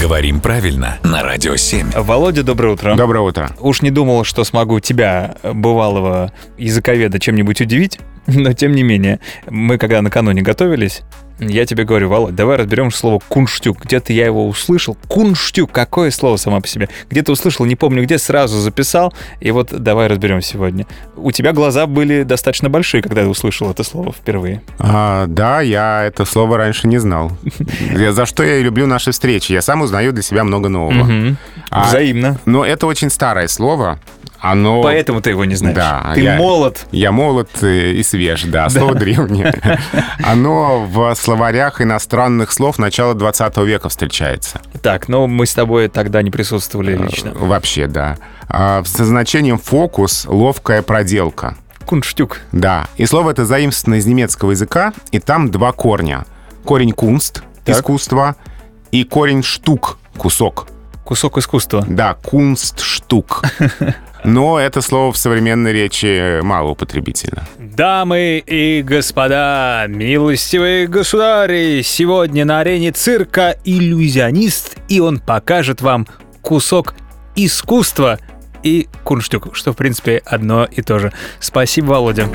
Говорим правильно на Радио 7. Володя, доброе утро. Доброе утро. Уж не думал, что смогу тебя, э, бывалого языковеда, чем-нибудь удивить, но тем не менее, мы когда накануне готовились, я тебе говорю, Володь, давай разберем слово «кунштюк». Где-то я его услышал. Кунштюк, какое слово само по себе? Где-то услышал, не помню где, сразу записал. И вот давай разберем сегодня. У тебя глаза были достаточно большие, когда ты услышал это слово впервые. А, да, я это слово раньше не знал. Я- За что я и люблю наши встречи. Я сам узнаю для себя много нового. Мгм. А- Взаимно. Но это очень старое слово. Оно... Поэтому ты его не знаешь. Да, ты я- молод. Я молод э, и свеж, да, слово древнее. Оно в словарях иностранных слов начала 20 века встречается. Так, но мы с тобой тогда не присутствовали Э, лично. Вообще, да. А, Со значением фокус, ловкая проделка. Кунштюк. Да, и слово это заимствовано из немецкого языка, и там два корня. Корень кунст, Так. искусство, и корень штук, кусок. Кусок искусства. Да, кунстштук. Но это слово в современной речи мало употребительно. Дамы и господа, милостивые государи, сегодня на арене цирка иллюзионист, и он покажет вам кусок искусства и кунштюк, что, в принципе, одно и то же. Спасибо, Володя.